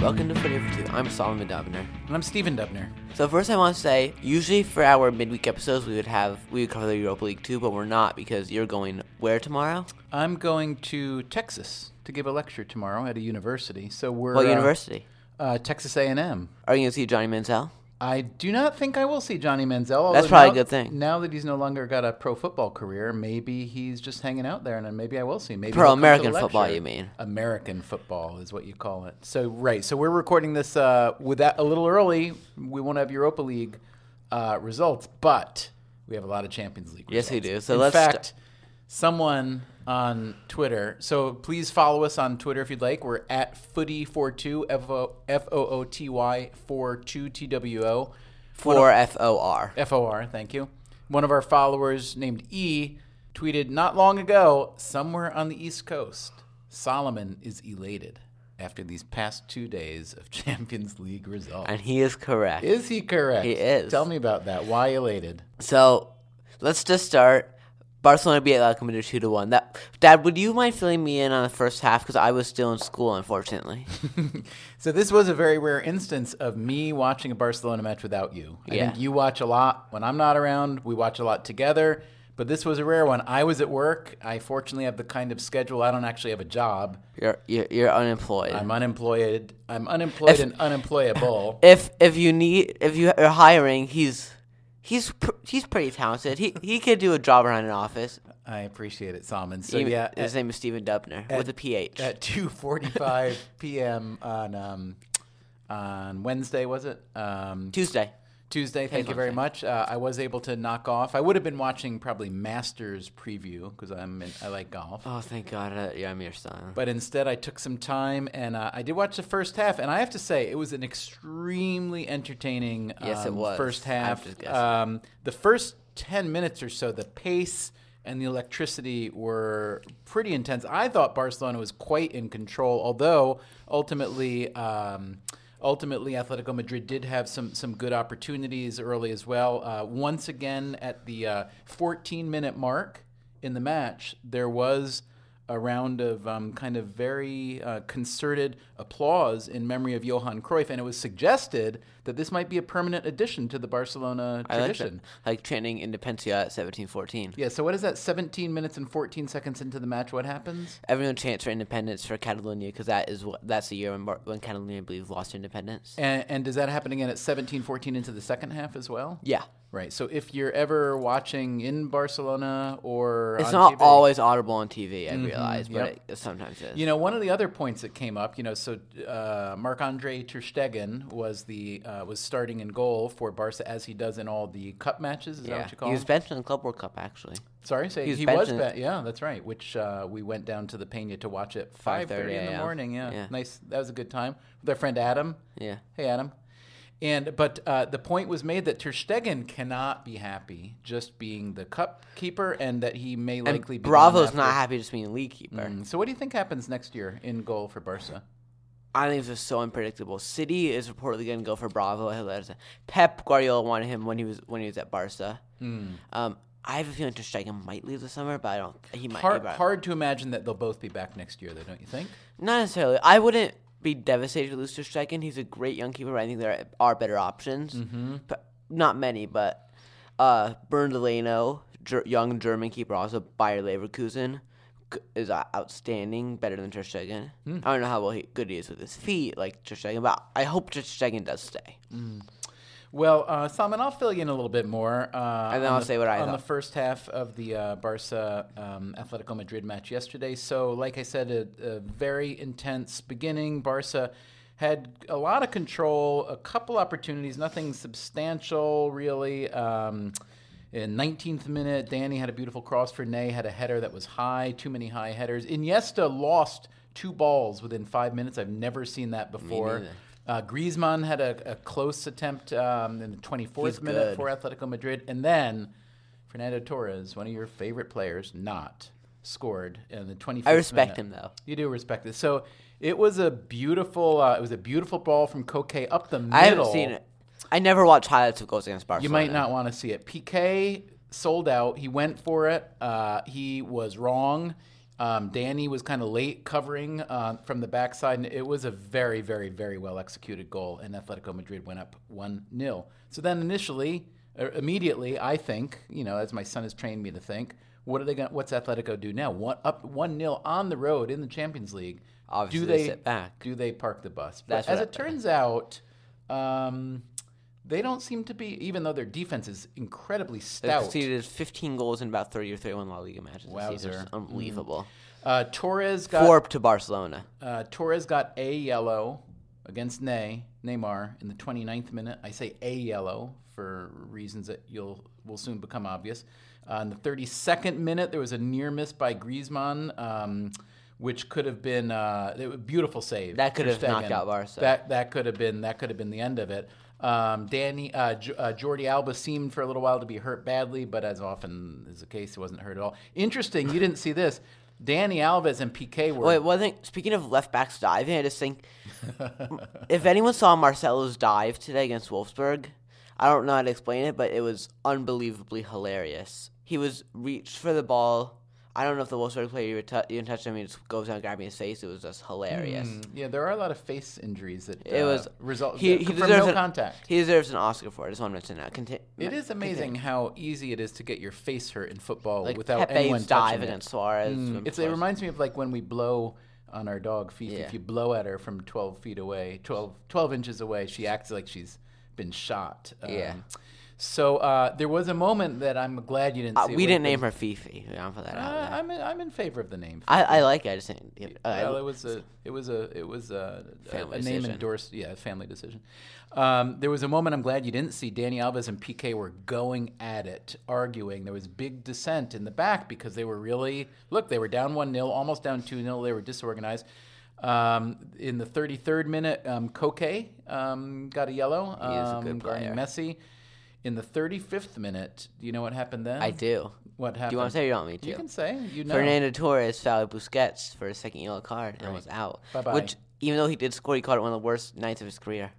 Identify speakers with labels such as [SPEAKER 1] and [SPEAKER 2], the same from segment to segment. [SPEAKER 1] Welcome to Footy for Two. I'm Solomon Dubner.
[SPEAKER 2] And I'm Steven Dubner.
[SPEAKER 1] So first, I want to say, usually for our midweek episodes, we would have we would cover the Europa League too, but we're not because you're going where tomorrow?
[SPEAKER 2] I'm going to Texas to give a lecture tomorrow at a university. So we're
[SPEAKER 1] What
[SPEAKER 2] uh,
[SPEAKER 1] university?
[SPEAKER 2] Uh, Texas A&M.
[SPEAKER 1] Are you gonna see Johnny Manziel?
[SPEAKER 2] I do not think I will see Johnny Manziel.
[SPEAKER 1] That's
[SPEAKER 2] although
[SPEAKER 1] probably a
[SPEAKER 2] now-
[SPEAKER 1] good thing.
[SPEAKER 2] Now that he's no longer got a pro football career, maybe he's just hanging out there, and then maybe I will see. him. Maybe
[SPEAKER 1] Pro
[SPEAKER 2] he'll come to
[SPEAKER 1] American
[SPEAKER 2] the
[SPEAKER 1] football,
[SPEAKER 2] lecture.
[SPEAKER 1] you mean?
[SPEAKER 2] American football is what you call it. So right, so we're recording this uh, with that a little early. We won't have Europa League uh, results, but we have a lot of Champions League.
[SPEAKER 1] Yes, we
[SPEAKER 2] results.
[SPEAKER 1] do. So
[SPEAKER 2] in
[SPEAKER 1] let's st-
[SPEAKER 2] fact, someone on Twitter. So please follow us on Twitter if you'd like. We're at footy42 f o f o o t y 42 t w o
[SPEAKER 1] For F O R.
[SPEAKER 2] FOR, thank you. One of our followers named E tweeted not long ago, somewhere on the East Coast, Solomon is elated after these past two days of Champions League results.
[SPEAKER 1] And he is correct.
[SPEAKER 2] Is he correct?
[SPEAKER 1] He is.
[SPEAKER 2] Tell me about that. Why elated?
[SPEAKER 1] So let's just start. Barcelona beat Atletico Madrid two to one. That Dad, would you mind filling me in on the first half because I was still in school, unfortunately.
[SPEAKER 2] So this was a very rare instance of me watching a Barcelona match without you. I
[SPEAKER 1] Yeah.
[SPEAKER 2] think you watch a lot when I'm not around. We watch a lot together, but this was a rare one. I was at work. I fortunately have the kind of schedule. I don't actually have a job.
[SPEAKER 1] You're you're, you're unemployed.
[SPEAKER 2] I'm unemployed. I'm unemployed and unemployable.
[SPEAKER 1] if if you need if you are hiring, he's he's pr- he's pretty talented. He he could do a job around an office.
[SPEAKER 2] I appreciate it, Salmon. So
[SPEAKER 1] He-
[SPEAKER 2] Uh, yeah, uh,
[SPEAKER 1] his
[SPEAKER 2] at,
[SPEAKER 1] name is Stephen Dubner with a PH.
[SPEAKER 2] at two forty-five p.m. on um, on Wednesday was it? Um,
[SPEAKER 1] Tuesday.
[SPEAKER 2] Tuesday. Thank you very much. Uh, I was able to knock off. I would have been watching probably Masters preview because I'm in, I like golf.
[SPEAKER 1] Oh, thank God! Uh, yeah, I'm your son.
[SPEAKER 2] But instead, I took some time and uh, I did watch the first half. And I have to say, it was an extremely entertaining um,
[SPEAKER 1] Yes, it was.
[SPEAKER 2] first
[SPEAKER 1] I
[SPEAKER 2] half.
[SPEAKER 1] have to guess.
[SPEAKER 2] Um, the first 10 minutes or so, the pace and the electricity were pretty intense. I thought Barcelona was quite in control, although ultimately. Um, Ultimately, Atletico Madrid did have some, some good opportunities early as well. Uh, once again, at the uh, 14 minute mark in the match, there was a round of um, kind of very uh, concerted applause in memory of Johan Cruyff, and it was suggested that this might be a permanent addition to the Barcelona
[SPEAKER 1] I like,
[SPEAKER 2] tradition.
[SPEAKER 1] that- like chanting Independencia at 1714.
[SPEAKER 2] yeah, so what is that? 17 minutes and 14 seconds into the match, what happens?
[SPEAKER 1] Everyone chants for independence for Catalonia because that is what that's the year when, Bar- when Catalonia, I believe, lost independence.
[SPEAKER 2] And, and does that happen again at 17 14 into the second half as well?
[SPEAKER 1] yeah,
[SPEAKER 2] Right, so if you're ever watching in Barcelona or
[SPEAKER 1] it's
[SPEAKER 2] on
[SPEAKER 1] not
[SPEAKER 2] TV
[SPEAKER 1] always audible on TV. I realize, but
[SPEAKER 2] yep.
[SPEAKER 1] it sometimes is.
[SPEAKER 2] You know, one of the other points that came up, you know, so uh, Marc Andre Ter Stegen was the uh, was starting in goal for Barca as he does in all the cup matches. Is that
[SPEAKER 1] yeah.
[SPEAKER 2] what you call
[SPEAKER 1] He was
[SPEAKER 2] him?
[SPEAKER 1] benched in the Club World Cup actually.
[SPEAKER 2] Sorry, say
[SPEAKER 1] he was
[SPEAKER 2] he was.
[SPEAKER 1] benched in-
[SPEAKER 2] ba- yeah, that's right. Which uh, we went down to the Pena to watch at
[SPEAKER 1] 5:30
[SPEAKER 2] five thirty in the
[SPEAKER 1] a.m..
[SPEAKER 2] morning. Yeah.
[SPEAKER 1] Yeah.
[SPEAKER 2] nice. That was a good time with our friend Adam.
[SPEAKER 1] Yeah.
[SPEAKER 2] Hey, Adam. And but uh, the point was made that Ter Stegen cannot be happy just being the cup keeper, and that he may likely be gone
[SPEAKER 1] Bravo's
[SPEAKER 2] after-
[SPEAKER 1] not happy just being league keeper.
[SPEAKER 2] Mm, So what do you think happens next year in goal for Barca?
[SPEAKER 1] I think it's just so unpredictable. City is reportedly going to go for Bravo. Pep Guardiola wanted him when he was when he was at Barca. Um, I have a feeling Ter Stegen might leave this summer, but I don't. He might.
[SPEAKER 2] Hard,
[SPEAKER 1] be back.
[SPEAKER 2] hard to imagine that they'll both be back next year, though, don't you think?
[SPEAKER 1] Not necessarily. I wouldn't be devastated to lose Ter Stegen. He's a great young keeper. But I think there are better options,
[SPEAKER 2] Mm-hmm.
[SPEAKER 1] but not many. But uh, Bernardino, ger- young German keeper, also Bayer Leverkusen, c- is uh, outstanding, better than Ter Stegen.
[SPEAKER 2] Hmm.
[SPEAKER 1] I don't know how well he, good he is with his feet, like Ter Stegen, but I hope Ter Stegen does stay.
[SPEAKER 2] Well, uh, Salman, I'll fill you in a little bit more. Uh,
[SPEAKER 1] And then
[SPEAKER 2] on
[SPEAKER 1] I'll
[SPEAKER 2] the-
[SPEAKER 1] say what I
[SPEAKER 2] on the
[SPEAKER 1] thought.
[SPEAKER 2] first half of the uh, Barca um, Atletico Madrid match yesterday. So, like I said, a, a very intense beginning. Barca had a lot of control, a couple opportunities, nothing substantial really. Um, in 19th minute, Danny had a beautiful cross for Ney, had a header that was high, too many high headers. Iniesta lost two balls within five minutes. I've never seen that before. Uh, Griezmann had a, a close attempt um, in the 24th
[SPEAKER 1] He's good.
[SPEAKER 2] minute for Atletico Madrid. And then Fernando Torres, one of your favorite players, not scored in the 25th
[SPEAKER 1] I respect
[SPEAKER 2] minute.
[SPEAKER 1] him though.
[SPEAKER 2] You do respect this. So it was a beautiful uh, it was a beautiful ball from Koke up the middle.
[SPEAKER 1] I haven't seen it. I never watch highlights of goals against Barcelona.
[SPEAKER 2] You might not want to see it. PK sold out. He went for it. Uh, he was wrong. Um, Danny was kind of late covering uh, from the backside, and it was a very, very, very well executed goal. And Atletico Madrid went up 1 0. So then initially, or immediately, I think, you know, as my son has trained me to think, what are they going? What's Atletico do now? One, up 1 0 on the road in the Champions League.
[SPEAKER 1] Obviously,
[SPEAKER 2] do
[SPEAKER 1] they
[SPEAKER 2] they,
[SPEAKER 1] sit back.
[SPEAKER 2] Do they park the bus?
[SPEAKER 1] That's
[SPEAKER 2] But
[SPEAKER 1] what
[SPEAKER 2] as
[SPEAKER 1] I-
[SPEAKER 2] it turns out, um, they don't seem to be, even though their defense is incredibly
[SPEAKER 1] They've
[SPEAKER 2] stout.
[SPEAKER 1] conceded 15 goals in about 30 or 31 La Liga matches. this season. It's
[SPEAKER 2] Wowzer.
[SPEAKER 1] unbelievable.
[SPEAKER 2] Uh, Torres got
[SPEAKER 1] Four to Barcelona.
[SPEAKER 2] Uh, Torres got a yellow against Ney, Neymar in the 29th minute. I say a yellow for reasons that you'll will soon become obvious. Uh, in the 32nd minute, there was a near miss by Griezmann, um, which could have been uh, it was a beautiful save.
[SPEAKER 1] That could
[SPEAKER 2] Ter
[SPEAKER 1] have knocked
[SPEAKER 2] Stegen.
[SPEAKER 1] out Barca.
[SPEAKER 2] That that could have been that could have been the end of it. Um, Danny uh, J- uh, Jordi Alba seemed for a little while to be hurt badly, but as often is the case, he wasn't hurt at all. Interesting, you didn't see this. Danny Alves and Piqué were
[SPEAKER 1] Wait, one thing. Speaking of left backs diving, I just think if anyone saw Marcelo's dive today against Wolfsburg, I don't know how to explain it, but it was unbelievably hilarious. He was reached for the ball. I don't know if the Wolfsburg player even, tou even touched him. He just goes down grabbing his face. It was just hilarious.
[SPEAKER 2] Mm, yeah, there are a lot of face injuries that
[SPEAKER 1] It
[SPEAKER 2] uh,
[SPEAKER 1] was
[SPEAKER 2] result
[SPEAKER 1] He,
[SPEAKER 2] that-
[SPEAKER 1] he
[SPEAKER 2] from
[SPEAKER 1] deserves
[SPEAKER 2] no
[SPEAKER 1] an,
[SPEAKER 2] contact.
[SPEAKER 1] He deserves an Oscar for it. I just want to mention that. Conti-
[SPEAKER 2] It is amazing how easy it is to get your face hurt in football
[SPEAKER 1] like
[SPEAKER 2] without
[SPEAKER 1] Pepe's
[SPEAKER 2] anyone touching
[SPEAKER 1] dive
[SPEAKER 2] it. Hmm.
[SPEAKER 1] against Suarez. when
[SPEAKER 2] It's, it
[SPEAKER 1] Suarez-
[SPEAKER 2] reminds me of like when we blow on our dog Fifi.
[SPEAKER 1] Yeah.
[SPEAKER 2] If you blow at her from 12 feet away, 12, 12 inches away, she acts like she's been shot. Um,
[SPEAKER 1] Yeah.
[SPEAKER 2] So uh, there was a moment that I'm glad you didn't
[SPEAKER 1] Uh,
[SPEAKER 2] see.
[SPEAKER 1] we
[SPEAKER 2] where
[SPEAKER 1] didn't
[SPEAKER 2] they-
[SPEAKER 1] name her Fifi. We don't put that out
[SPEAKER 2] Uh,
[SPEAKER 1] there.
[SPEAKER 2] I'm in, I'm in favor of the name.
[SPEAKER 1] I, I like it. I just didn't. Uh,
[SPEAKER 2] well, it was a it was a it was a, a-
[SPEAKER 1] Family
[SPEAKER 2] a name
[SPEAKER 1] decision.
[SPEAKER 2] endorsed yeah family decision. Um, there was a moment I'm glad you didn't see. Danny Alves and PK were going at it, arguing. There was big dissent in the back because they were really look they were down one 0 almost down two 0 They were disorganized. Um, in the 33rd minute, um, Koke um, got a yellow.
[SPEAKER 1] He is a
[SPEAKER 2] um,
[SPEAKER 1] good
[SPEAKER 2] guarding
[SPEAKER 1] player.
[SPEAKER 2] Messi. In the 35th minute, do you know what happened then?
[SPEAKER 1] I do.
[SPEAKER 2] What happened?
[SPEAKER 1] Do you want to say or you want me to?
[SPEAKER 2] You can say. You know.
[SPEAKER 1] Fernando Torres fouled Busquets for a second yellow card and was out.
[SPEAKER 2] Bye-bye.
[SPEAKER 1] Which, even though he did score, he called it one of the worst nights of his career.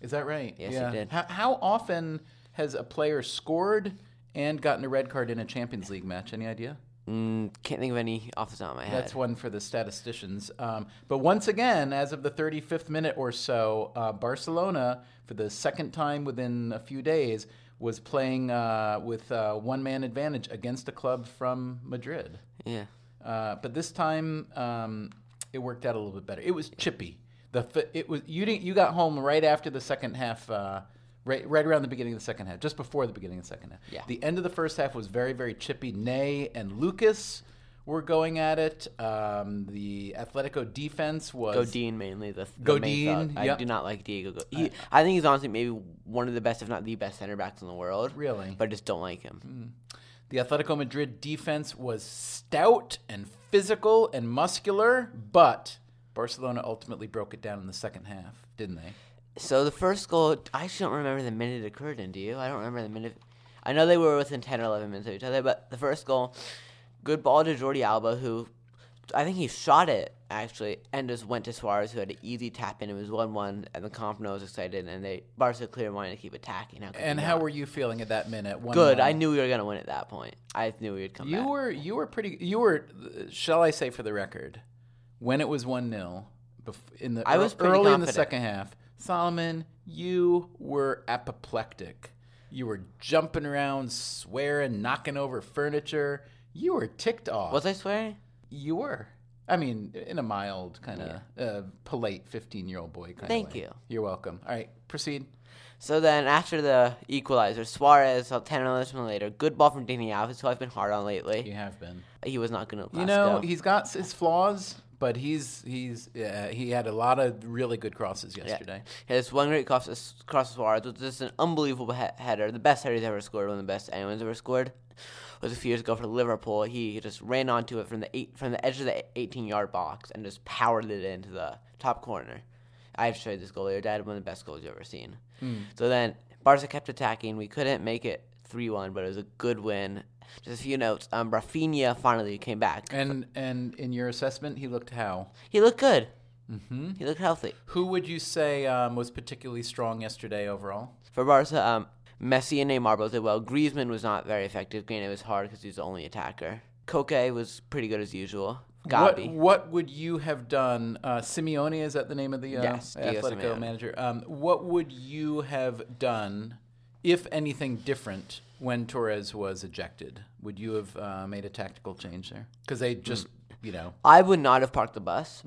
[SPEAKER 2] Is that right?
[SPEAKER 1] Yes, he did.
[SPEAKER 2] How, how often has a player scored and gotten a red card in a Champions League match? Any idea?
[SPEAKER 1] Mm, can't think of any off the top of my head.
[SPEAKER 2] That's one for the statisticians. Um, but once again, as of the 35th minute or so, uh, Barcelona, for the second time within a few days, was playing uh, with uh, one man advantage against a club from Madrid.
[SPEAKER 1] yeah.
[SPEAKER 2] Uh, but this time, um, it worked out a little bit better. It was chippy. The f- it was you didn't you got home right after the second half, uh, right right around the beginning of the second half, just before the beginning of the second half.
[SPEAKER 1] Yeah.
[SPEAKER 2] The end of the first half was very very chippy. Ney and Lucas were going at it. Um, the Atletico defense was
[SPEAKER 1] Godin mainly. The, the main
[SPEAKER 2] Godin,
[SPEAKER 1] thug. I
[SPEAKER 2] yep.
[SPEAKER 1] do not like Diego. Go- he, I think he's honestly maybe one of the best, if not the best, center backs in the world.
[SPEAKER 2] Really?
[SPEAKER 1] But I just don't like him.
[SPEAKER 2] The Atletico Madrid defense was stout and physical and muscular, but Barcelona ultimately broke it down in the second half, didn't they?
[SPEAKER 1] So the first goal, I actually don't remember the minute it occurred in. Do you? I don't remember the minute. I know they were within ten or eleven minutes of each other, but the first goal, good ball to Jordi Alba, who I think he shot it actually, and just went to Suarez, who had an easy tap in. It was one-one, and the Compano was excited, and they Barca clear wanted to keep attacking. How could
[SPEAKER 2] And
[SPEAKER 1] you
[SPEAKER 2] how
[SPEAKER 1] not?
[SPEAKER 2] were you feeling at that minute? One
[SPEAKER 1] good?
[SPEAKER 2] one.
[SPEAKER 1] I knew we were gonna win at that point. I knew we would come
[SPEAKER 2] You
[SPEAKER 1] back.
[SPEAKER 2] were you were pretty. You were. Shall I say for the record, when it was one 0 in the
[SPEAKER 1] I was pretty
[SPEAKER 2] early in the
[SPEAKER 1] confident.
[SPEAKER 2] second half. Solomon, you were apoplectic. You were jumping around, swearing, knocking over furniture. You were ticked off.
[SPEAKER 1] Was I swearing?
[SPEAKER 2] You were. I mean, in a mild kind of uh, polite fifteen-year-old boy kind of.
[SPEAKER 1] Thank you.
[SPEAKER 2] You're welcome. All right, proceed.
[SPEAKER 1] So then, after the equalizer, Suarez, about 10 or 11 minutes later, good ball from Dini Alves, who I've been hard on lately.
[SPEAKER 2] You have been.
[SPEAKER 1] He was not going to.
[SPEAKER 2] You know, he's got his flaws, but he's he's uh, he had a lot of really good crosses yesterday.
[SPEAKER 1] Yeah, it's one great cross across Suarez, which is an unbelievable he- header. The best header he's ever scored, one of the best anyone's ever scored, was a few years ago for Liverpool. He just ran onto it from the eight from the edge of the 18 yard box and just powered it into the top corner. I've showed this goal later. Dad, one of the best goals you've ever seen. So then Barca kept attacking. We couldn't make it 3 1, but it was a good win. Just a few notes. Um, Rafinha finally came back.
[SPEAKER 2] And and in your assessment, he looked how?
[SPEAKER 1] He looked good. Mm-hmm. He looked healthy.
[SPEAKER 2] Who would you say um, was particularly strong yesterday overall?
[SPEAKER 1] For Barca, um, Messi and Neymar both did well. Griezmann was not very effective. Granted, it was hard because he's the only attacker. Koke was pretty good as usual. Gabi.
[SPEAKER 2] What, what would you have done? Uh, Simeone is that the name of the uh,
[SPEAKER 1] Yes, Diego
[SPEAKER 2] Atletico
[SPEAKER 1] Simeone.
[SPEAKER 2] manager? Um, what would you have done, if anything different, when Torres was ejected? Would you have uh, made a tactical change there? Because they just,
[SPEAKER 1] Hmm.
[SPEAKER 2] you know,
[SPEAKER 1] I would not have parked the bus.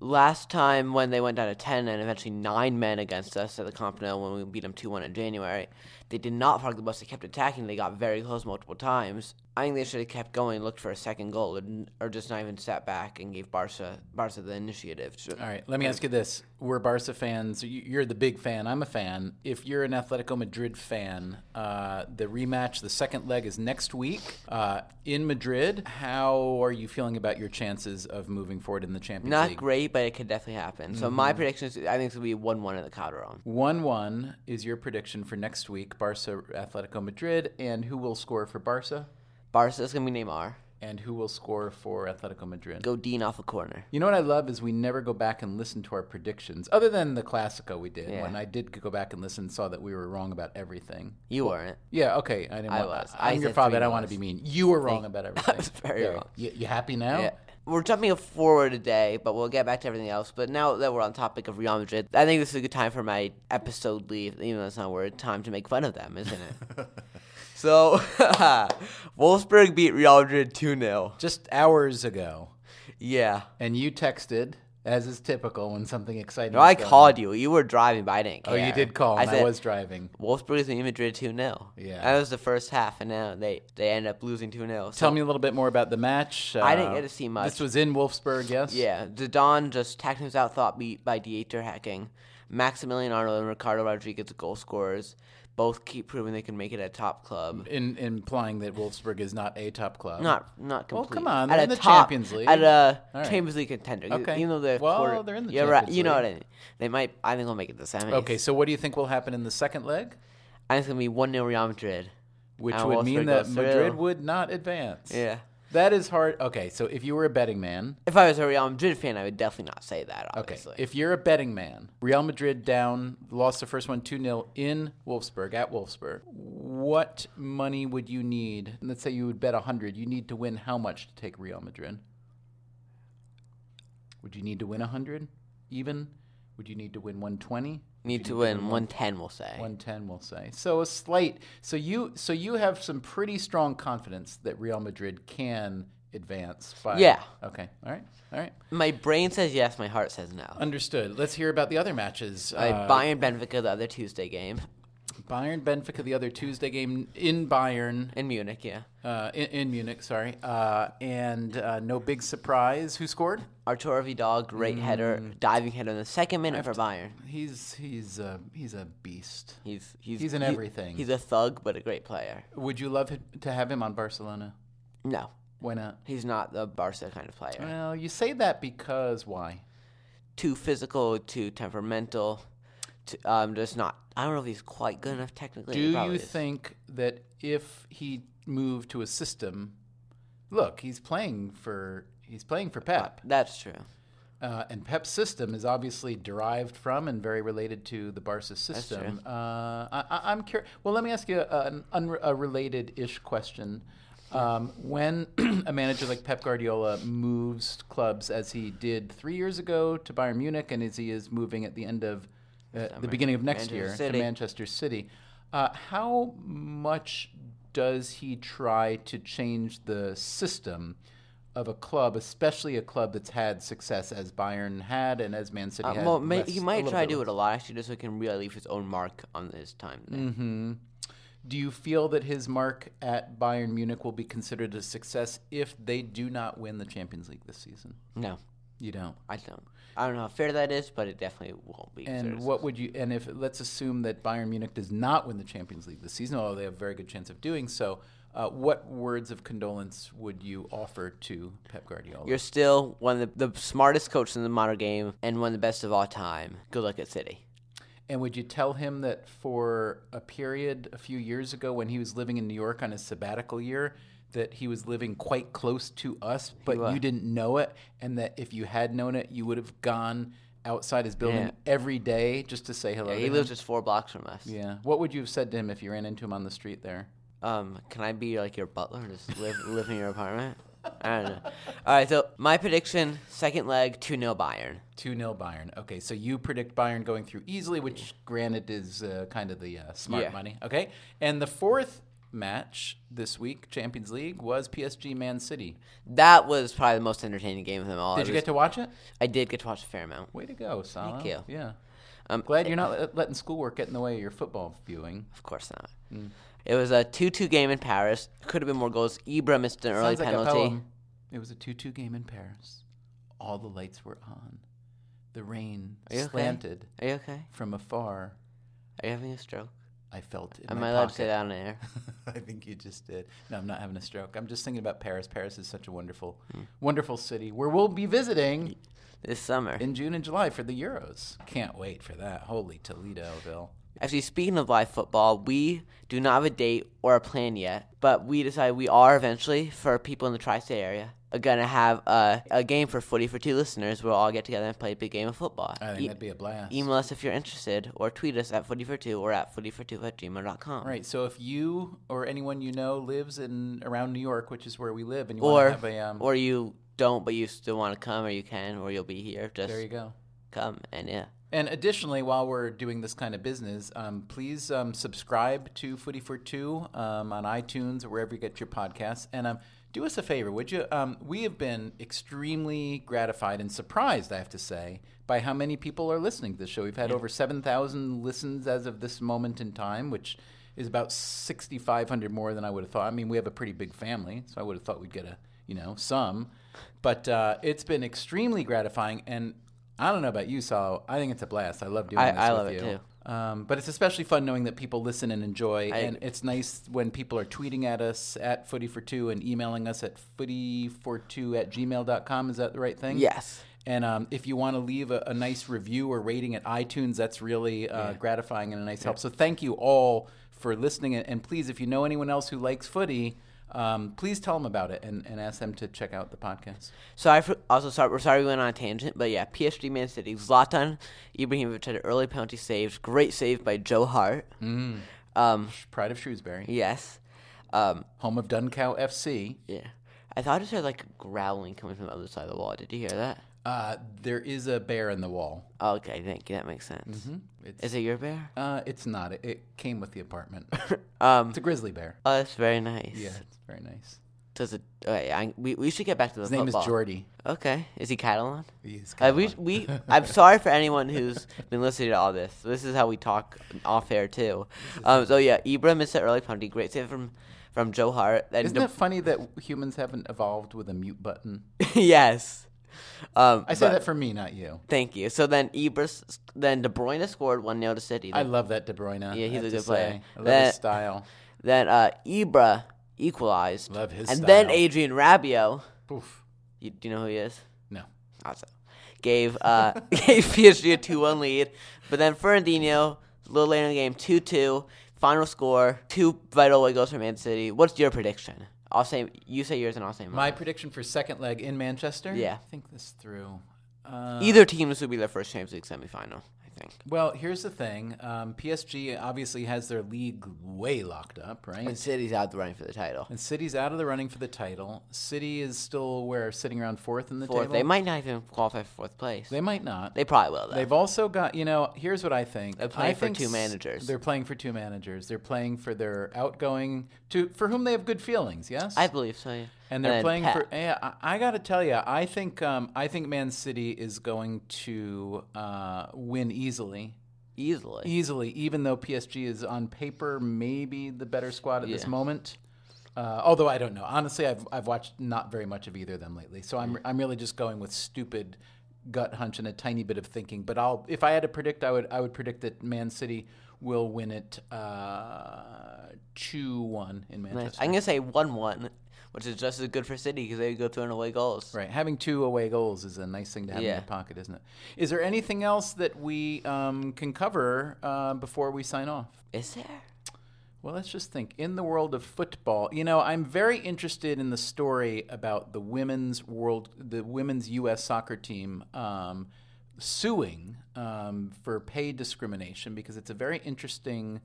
[SPEAKER 1] Last time when they went down to 10 and eventually nine men against us at the Camp Nou when we beat them 2 1 in January, they did not park the bus. They kept attacking. They got very close multiple times. I think they should have kept going, looked for a second goal, or, or just not even sat back and gave Barca, Barca the initiative. So-
[SPEAKER 2] All right, let me ask you this: We're Barca fans. You- You're the big fan. I'm a fan. If you're an Atletico Madrid fan, uh, the rematch, the second leg, is next week uh, in Madrid. How are you feeling about your chances of moving forward in the Champions
[SPEAKER 1] Not
[SPEAKER 2] League?
[SPEAKER 1] great, but it could definitely happen. So
[SPEAKER 2] Mm-hmm.
[SPEAKER 1] my prediction is I think it's going to be 1 1 at the Calderon.
[SPEAKER 2] One-one is your prediction for next week, Barca Atletico Madrid, and who will score for Barca,
[SPEAKER 1] Barca is going to be Neymar.
[SPEAKER 2] and who will score for Atletico Madrid?
[SPEAKER 1] Go Dean off a corner.
[SPEAKER 2] You know what I love is we never go back and listen to our predictions, other than the Classico we did.
[SPEAKER 1] Yeah.
[SPEAKER 2] When I did go back and listen, saw that we were wrong about everything.
[SPEAKER 1] You weren't.
[SPEAKER 2] Yeah, okay. I didn't.
[SPEAKER 1] I
[SPEAKER 2] want,
[SPEAKER 1] was. I
[SPEAKER 2] I'm your
[SPEAKER 1] said
[SPEAKER 2] father.
[SPEAKER 1] three
[SPEAKER 2] I don't want to
[SPEAKER 1] was.
[SPEAKER 2] be mean. You were wrong about everything.
[SPEAKER 1] was very
[SPEAKER 2] There.
[SPEAKER 1] wrong.
[SPEAKER 2] You, you happy now?
[SPEAKER 1] Yeah. We're jumping forward today, but we'll get back to everything else. But now that we're on topic of Real Madrid, I think this is a good time for my episode leave, even though it's not a word, time to make fun of them, isn't it? so, Wolfsburg beat Real Madrid 2 0.
[SPEAKER 2] Just hours ago,
[SPEAKER 1] Yeah.
[SPEAKER 2] and you texted, as is typical when something exciting.
[SPEAKER 1] No, I
[SPEAKER 2] is going
[SPEAKER 1] called you. You were driving, but I didn't
[SPEAKER 2] on. uh, Oh, you
[SPEAKER 1] care.
[SPEAKER 2] did call.
[SPEAKER 1] I
[SPEAKER 2] and I,
[SPEAKER 1] said,
[SPEAKER 2] was driving.
[SPEAKER 1] Wolfsburg is in Madrid 2 0.
[SPEAKER 2] Yeah.
[SPEAKER 1] That was the first half, and now they, they end up losing 2 0. So,
[SPEAKER 2] Tell me a little bit more about the match. Uh,
[SPEAKER 1] I didn't get to see much.
[SPEAKER 2] This was in Wolfsburg, yes.
[SPEAKER 1] Yeah, Zidane just tackled his out thought beat by Dieter hacking. Maximilian Arnold and Ricardo Rodriguez the goal scorers. Both keep proving they can make it at a top club.
[SPEAKER 2] In, implying that Wolfsburg is not a top club.
[SPEAKER 1] Not not complete.
[SPEAKER 2] come on,
[SPEAKER 1] at
[SPEAKER 2] they're
[SPEAKER 1] a
[SPEAKER 2] in the
[SPEAKER 1] top-
[SPEAKER 2] Champions League.
[SPEAKER 1] At a
[SPEAKER 2] All right.
[SPEAKER 1] Champions League contender.
[SPEAKER 2] Okay.
[SPEAKER 1] Even though they're
[SPEAKER 2] Well,
[SPEAKER 1] quarter-
[SPEAKER 2] they're in the
[SPEAKER 1] You're right.
[SPEAKER 2] Champions
[SPEAKER 1] You know what I
[SPEAKER 2] League.
[SPEAKER 1] mean. They might. I think they'll make it the semis.
[SPEAKER 2] Okay, so what do you think will happen in the second leg?
[SPEAKER 1] I think it's gonna be one 0 Real Madrid.
[SPEAKER 2] Which
[SPEAKER 1] And
[SPEAKER 2] would
[SPEAKER 1] Wolfsburg
[SPEAKER 2] mean that
[SPEAKER 1] goes
[SPEAKER 2] Madrid
[SPEAKER 1] through.
[SPEAKER 2] would not advance.
[SPEAKER 1] Yeah.
[SPEAKER 2] That is hard. Okay, so if you were a betting man,
[SPEAKER 1] If I was a Real Madrid fan, I would definitely not say that.
[SPEAKER 2] Okay.
[SPEAKER 1] Obviously.
[SPEAKER 2] If you're a betting man, Real Madrid down, lost the first one 2 0 in Wolfsburg, at Wolfsburg. What money would you need? And Let's say you would bet 100. You need to win how much to take Real Madrid? Would you need to win 100 even? Would you need to win 120?
[SPEAKER 1] Need to win one ten. We'll say.
[SPEAKER 2] 110 we'll say. So a slight so you so you have some pretty strong confidence that Real Madrid can advance by
[SPEAKER 1] Yeah.
[SPEAKER 2] Okay. All right. All right.
[SPEAKER 1] My brain says yes. My heart says no.
[SPEAKER 2] Understood. Let's hear about the other matches.
[SPEAKER 1] I
[SPEAKER 2] Uh,
[SPEAKER 1] Bayern Benfica the other Tuesday game
[SPEAKER 2] Bayern Benfica the other Tuesday game in Bayern
[SPEAKER 1] in Munich. Yeah,
[SPEAKER 2] uh, in, in Munich, sorry, uh, and uh, no big surprise. Who scored?
[SPEAKER 1] Arturo Vidal great
[SPEAKER 2] Mm.
[SPEAKER 1] header, diving header in the second minute for Bayern.
[SPEAKER 2] He's he's uh, he's a beast.
[SPEAKER 1] He's he's
[SPEAKER 2] He's in
[SPEAKER 1] he-
[SPEAKER 2] everything.
[SPEAKER 1] He's a thug, but a great player.
[SPEAKER 2] Would you love him, to have him on Barcelona?
[SPEAKER 1] No,
[SPEAKER 2] Why not?
[SPEAKER 1] he's not the Barca kind of player.
[SPEAKER 2] Well, you say that because why?
[SPEAKER 1] Too physical, too temperamental. Too, um, just not. I don't know if he's quite good enough technically. He
[SPEAKER 2] Do you
[SPEAKER 1] probably is.
[SPEAKER 2] think that if he moved to a system, look, he's playing for he's playing for Pep.
[SPEAKER 1] that's true?
[SPEAKER 2] Uh, and Pep's system is obviously derived from and very related to the Barca system. Uh, I, I- I'm curious. Well, let me ask you an unrelated ish question. Um, when a manager like Pep Guardiola moves clubs, as he did three years ago to Bayern Munich, and as he is moving at the end of uh, the beginning of next
[SPEAKER 1] Manchester
[SPEAKER 2] year to
[SPEAKER 1] City.
[SPEAKER 2] Manchester City, uh, how much does he try to change the system? of a club, especially a club that's had success as Bayern had and as Man City
[SPEAKER 1] Uh,
[SPEAKER 2] had.
[SPEAKER 1] well, may-
[SPEAKER 2] less-
[SPEAKER 1] he
[SPEAKER 2] a
[SPEAKER 1] might
[SPEAKER 2] little
[SPEAKER 1] try to
[SPEAKER 2] bit
[SPEAKER 1] do it a lot actually, just so he can really leave his own mark on his time. there.
[SPEAKER 2] Mm. less. Do you feel that his mark at Bayern Munich will be considered a success if they do not win the Champions League this season?
[SPEAKER 1] No,
[SPEAKER 2] You don't.
[SPEAKER 1] I don't. I don't know how fair that is, but it definitely won't be.
[SPEAKER 2] And
[SPEAKER 1] considered a
[SPEAKER 2] what would you? And if let's assume that Bayern Munich does not win the Champions League this season, although they have a very good chance of doing so, uh, what words of condolence would you offer to Pep Guardiola?
[SPEAKER 1] You're still one of the, the smartest coaches in the modern game and one of the best of all time. Good luck at City.
[SPEAKER 2] And would you tell him that for a period a few years ago when he was living in New York on his sabbatical year, that he was living quite close to us, but you didn't know it, and that if you had known it, you would have gone outside his building
[SPEAKER 1] Yeah.
[SPEAKER 2] every day just to say hello to
[SPEAKER 1] He
[SPEAKER 2] him?
[SPEAKER 1] lives just four blocks from us.
[SPEAKER 2] Oh, yeah. What would you have said to him if you ran into him on the street there?
[SPEAKER 1] Um, can I be like your butler and just live live in your apartment? I don't know. All right, so my prediction: second leg, two 0 Bayern.
[SPEAKER 2] 2 0 Bayern. Okay, so you predict Bayern going through easily, which granted is uh, kind of the uh, smart
[SPEAKER 1] Yeah.
[SPEAKER 2] money. Okay, and the fourth match this week, Champions League, was PSG Man City.
[SPEAKER 1] That was probably the most entertaining game of them all.
[SPEAKER 2] Did you get to watch it?
[SPEAKER 1] I did get to watch a fair amount.
[SPEAKER 2] Way to go, Salah.
[SPEAKER 1] you.
[SPEAKER 2] Yeah.
[SPEAKER 1] Um,
[SPEAKER 2] Glad you're not let- letting schoolwork get in the way of your football viewing.
[SPEAKER 1] Of course not.
[SPEAKER 2] Mm.
[SPEAKER 1] It was a two-two game in Paris. Could have been more goals. Ibra missed an early
[SPEAKER 2] Sounds like a
[SPEAKER 1] penalty.
[SPEAKER 2] poem. It was a 2 2 game in Paris. All the lights were on. The rain
[SPEAKER 1] Are you okay?
[SPEAKER 2] slanted
[SPEAKER 1] Are you okay?
[SPEAKER 2] from afar.
[SPEAKER 1] Are you having a stroke?
[SPEAKER 2] I felt it. In
[SPEAKER 1] Am
[SPEAKER 2] my
[SPEAKER 1] I allowed
[SPEAKER 2] pocket.
[SPEAKER 1] to say that on air?
[SPEAKER 2] I think you just did. No, I'm not having a stroke. I'm just thinking about Paris. Paris is such a wonderful,
[SPEAKER 1] Mm.
[SPEAKER 2] wonderful city where we'll be visiting
[SPEAKER 1] This summer.
[SPEAKER 2] in June and July for the Euros. Can't wait for that. Holy Toledoville.
[SPEAKER 1] Actually, speaking of live football, we do not have a date or a plan yet, but we decided we are eventually, for people in the tri state area, are gonna have a, a game for footy for two listeners. We'll all get together and play a big game of football.
[SPEAKER 2] I think
[SPEAKER 1] E-
[SPEAKER 2] that'd be a blast.
[SPEAKER 1] email us if you're interested, or tweet us at footy for two or at footy for two at gmail.com.
[SPEAKER 2] All right. So if you or anyone you know lives in around New York, which is where we live, and you
[SPEAKER 1] Or
[SPEAKER 2] want to have a um,
[SPEAKER 1] or you don't, but you still want to come, or you can, or you'll be here. Just
[SPEAKER 2] there you go.
[SPEAKER 1] come and yeah.
[SPEAKER 2] And additionally, while we're doing this kind of business, um, please um, subscribe to Footy for Two um, on iTunes or wherever you get your podcasts. And um, do us a favor, would you? Um, we have been extremely gratified and surprised, I have to say, by how many people are listening to this show. We've had over 7,000 listens as of this moment in time, which is about 6,500 more than I would have thought. I mean, we have a pretty big family, so I would have thought we'd get a, you know, some. But uh, it's been extremely gratifying. And I don't know about you, Sal. I think it's a blast. I love doing
[SPEAKER 1] I-
[SPEAKER 2] this
[SPEAKER 1] I
[SPEAKER 2] with
[SPEAKER 1] love it,
[SPEAKER 2] you.
[SPEAKER 1] too.
[SPEAKER 2] Um, but it's especially fun knowing that people listen and enjoy, and it's nice when people are tweeting at us at footy for two and emailing us at footy for two at gmail.com. Is that the right thing?
[SPEAKER 1] Yes.
[SPEAKER 2] And um, if you want to leave a, a nice review or rating at iTunes, that's really uh, gratifying and a nice help. So thank you all for listening. And, and please, if you know anyone else who likes footy, um, please tell them about it and, and ask them to check out the podcast.
[SPEAKER 1] So I fr- also sorry we're sorry we went on a tangent, but yeah, PSG Man City, Zlatan Ibrahimovic had an early penalty saved, great save by Joe Hart. Mm. Um,
[SPEAKER 2] Pride of Shrewsbury,
[SPEAKER 1] yes, um,
[SPEAKER 2] home of Duncow FC.
[SPEAKER 1] yeah. I thought I just heard like growling coming from the other side of the wall. Did you hear that?
[SPEAKER 2] Uh, there is a bear in the wall.
[SPEAKER 1] Okay, thank you. That makes sense.
[SPEAKER 2] Mm-hmm. It's,
[SPEAKER 1] Is it your bear?
[SPEAKER 2] uh, it's not. It, it came with the apartment.
[SPEAKER 1] Um,
[SPEAKER 2] it's a grizzly bear.
[SPEAKER 1] oh, that's very nice.
[SPEAKER 2] Yeah, it's very nice.
[SPEAKER 1] Does it? Okay, I, we we should get back to the
[SPEAKER 2] His name is
[SPEAKER 1] football.
[SPEAKER 2] Jordy.
[SPEAKER 1] Okay, is he Catalan?
[SPEAKER 2] He's
[SPEAKER 1] Uh,
[SPEAKER 2] kind
[SPEAKER 1] we we I'm sorry for anyone who's been listening to all this. This is how we talk off air too. Um, so yeah, Ibra missed an early penalty. Great save from from Joe Hart. And
[SPEAKER 2] Isn't
[SPEAKER 1] the-
[SPEAKER 2] it funny that humans haven't evolved with a mute button?
[SPEAKER 1] yes. Um,
[SPEAKER 2] I say
[SPEAKER 1] but-
[SPEAKER 2] that for me, not you.
[SPEAKER 1] Thank you. So then Ibra, s- then De Bruyne scored one 0 to City.
[SPEAKER 2] I love that De Bruyne. I
[SPEAKER 1] he's
[SPEAKER 2] have
[SPEAKER 1] a
[SPEAKER 2] to
[SPEAKER 1] good player.
[SPEAKER 2] say. I love
[SPEAKER 1] That-
[SPEAKER 2] his style.
[SPEAKER 1] then uh, Ibra equalized.
[SPEAKER 2] Love his
[SPEAKER 1] And then
[SPEAKER 2] style.
[SPEAKER 1] Adrian Rabiot.
[SPEAKER 2] Oof.
[SPEAKER 1] You, do you know who he is?
[SPEAKER 2] No.
[SPEAKER 1] also gave uh, gave PSG a two one lead. But then Fernandinho, a little later in the game, two two. Final score, two vital away goals from Man City. What's your prediction? I'll say you say yours and I'll say mine.
[SPEAKER 2] My prediction for second leg in Manchester.
[SPEAKER 1] Yeah.
[SPEAKER 2] Think this through. Uh,
[SPEAKER 1] Either team this would be their first Champions League semifinal, I think.
[SPEAKER 2] well, here's the thing. Um, PSG obviously has their league way locked up, right?
[SPEAKER 1] And City's out the running for the title.
[SPEAKER 2] And City's out of the running for the title. City is still where sitting around fourth in the
[SPEAKER 1] Fourth,
[SPEAKER 2] table.
[SPEAKER 1] they might not even qualify for fourth place. They,
[SPEAKER 2] They might not.
[SPEAKER 1] probably will though.
[SPEAKER 2] They've also got you know. Here's what I think. They're
[SPEAKER 1] playing
[SPEAKER 2] I
[SPEAKER 1] for
[SPEAKER 2] think
[SPEAKER 1] two
[SPEAKER 2] s-
[SPEAKER 1] managers.
[SPEAKER 2] They're playing for two managers. They're playing for their outgoing to for whom they have good feelings. Yes,
[SPEAKER 1] I believe so. Yeah.
[SPEAKER 2] and they're
[SPEAKER 1] then
[SPEAKER 2] playing
[SPEAKER 1] Pep.
[SPEAKER 2] for. Yeah, I, I got to tell you, I think um, I think Man City is going to uh, win easily.
[SPEAKER 1] easily.
[SPEAKER 2] Easily, even though PSG is on paper maybe the better squad at this
[SPEAKER 1] Yeah.
[SPEAKER 2] moment. Uh, although I don't know. Honestly, I've, I've watched not very much of either of them lately. So I'm, I'm really just going with stupid gut hunch and a tiny bit of thinking. But I'll if I had to predict, I would I would predict that Man City will win it uh, two one in Manchester.
[SPEAKER 1] I'm gonna say one one, which is just as good for City because they go through and away goals.
[SPEAKER 2] Right, having two away goals is a nice thing to have in
[SPEAKER 1] Yeah.
[SPEAKER 2] your pocket, isn't it? Is there anything else that we um, can cover uh, before we sign off?
[SPEAKER 1] Is there?
[SPEAKER 2] Well, let's just think. In the world of football, you know, I'm very interested in the story about the women's world, the women's U.S. soccer team um, suing um, for pay discrimination because it's a very interesting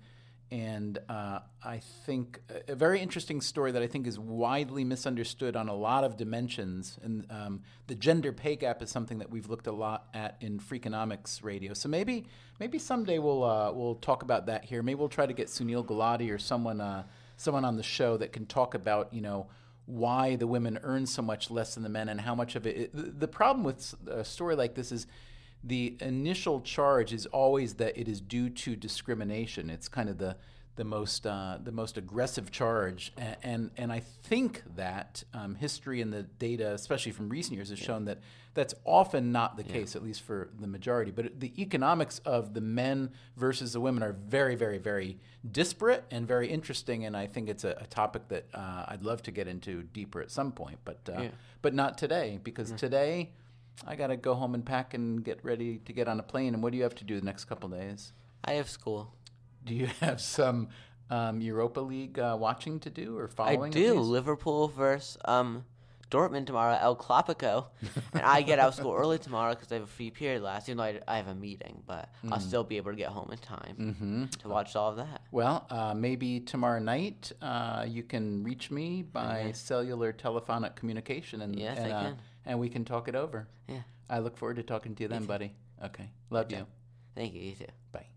[SPEAKER 2] and uh, I think a- a very interesting story that I think is widely misunderstood on a lot of dimensions. And um, the gender pay gap is something that we've looked a lot at in Freakonomics Radio. So maybe maybe someday we'll uh, we'll talk about that here. Maybe we'll try to get Sunil Gulati or someone uh, someone on the show that can talk about you know why the women earn so much less than the men and how much of it. the- The problem with s- a story like this is the initial charge is always that it is due to discrimination. It's kind of the the most uh, the most aggressive charge, and and, and I think that um, history and the data, especially from recent years, has shown that that's often not the case, at least for the majority. But it- the economics of the men versus the women are very, very, very disparate and very interesting, and I think it's a, a topic that uh, I'd love to get into deeper at some point, but uh, but not today because today. I gotta go home and pack and get ready to get on a plane. And what do you have to do the next couple days?
[SPEAKER 1] I have school.
[SPEAKER 2] Do you have some um, Europa League uh, watching to do or following?
[SPEAKER 1] I
[SPEAKER 2] at
[SPEAKER 1] do.
[SPEAKER 2] least?
[SPEAKER 1] Liverpool versus um, Dortmund tomorrow, El Clapico. and I get out of school early tomorrow because I have a free period last, even though I, I have a meeting, but I'll still be able to get home in time to watch all of that.
[SPEAKER 2] Well, uh, maybe tomorrow night uh, you can reach me by cellular telephonic communication, and
[SPEAKER 1] Mm-hmm. Yes,
[SPEAKER 2] and,
[SPEAKER 1] I
[SPEAKER 2] uh,
[SPEAKER 1] can.
[SPEAKER 2] and we can talk it over.
[SPEAKER 1] Yeah.
[SPEAKER 2] I look forward to talking to you then, buddy. Okay, love you.
[SPEAKER 1] Thank you, you too.
[SPEAKER 2] Bye.